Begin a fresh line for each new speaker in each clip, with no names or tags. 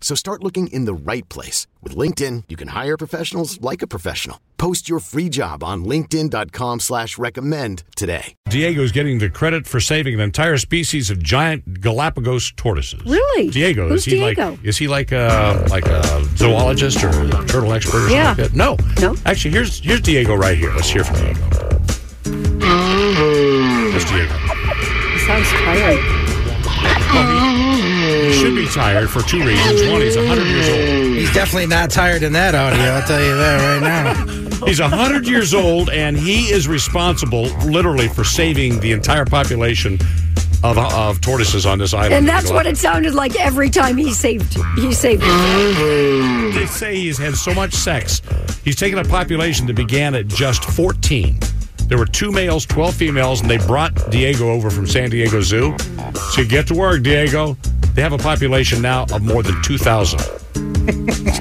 So start looking in the right place. With LinkedIn, you can hire professionals like a professional. Post your free job on linkedin.com slash recommend today.
Diego's getting the credit for saving an entire species of giant Galapagos tortoises.
Really?
Diego,
Who's
is he
Diego?
like is he like a like a zoologist or a turtle expert or something
Yeah.
like that? No.
No?
Actually, here's here's Diego right here. Let's hear from Diego. There's Diego.
He sounds tired.
He should be tired for two reasons. One, he's 100 years
He's definitely not tired in that audio. I'll tell you that right now.
old. He's 100 years old, and he is responsible literally for saving the entire population of, of tortoises on this island.
And that's what it sounded like every time he saved. He saved.
They say he's had so much sex. He's taken a population that began at just 14. There were two males, 12 females, and they brought Diego over from San Diego Zoo. So you get to work, Diego. They have a population now of more than 2,000.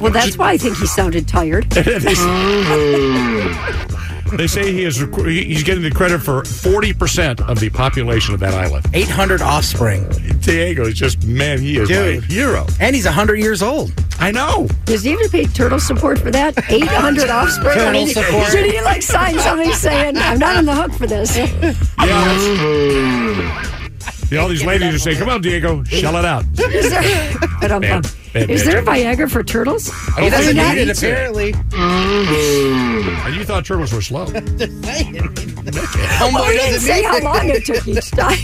Well, that's why I think he sounded tired.
they, they say he is requ- he- he's getting the credit for 40% of the population of that island.
800 offspring.
Diego is just, man, he is
Dude.
my hero.
And he's 100 years old.
I know.
Does he have to pay turtle support for that? 800 offspring?
Turtle
I mean,
support.
Should he like sign something saying, I'm not on the hook for this?
Yeah, that's- Yeah, all these ladies are saying, come on, Diego, shell it out.
Is there, I don't
Bad,
know.
bad
Is
bitch.
there Viagra for turtles?
He doesn't
think
need it,
he's-
apparently.
And you thought turtles were slow.
Homo
Oh, he didn't
doesn't
say
need
how
it.
long it took each time.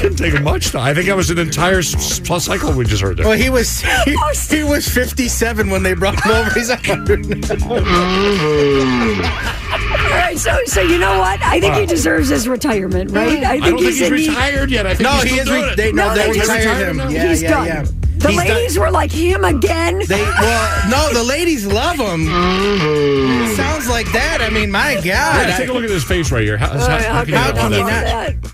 Didn't take much time. I think that was an entire s- plus cycle we just heard
Well,
there.
he was he, he was 57 when they brought him over. He's 100 now.
All right, so so you know what? I think he deserves his retirement, right?
I don't think he's
in need-
retired yet. I think
No,
he's
he
still
is.
doing
Re-
it.
they, no,
No,
they,
they just
retired
retired
him.
him.
Yeah,
he's
yeah,
done.
yeah.
The
He's done.
ladies were like him again.
They well, no, the ladies love him. It sounds like Mm-hmm. that. I mean, my God.
Yeah, take a look at his face right here. How,
All right,
how, how
okay,
can you
how
not
can
want
you
that?
not?
that?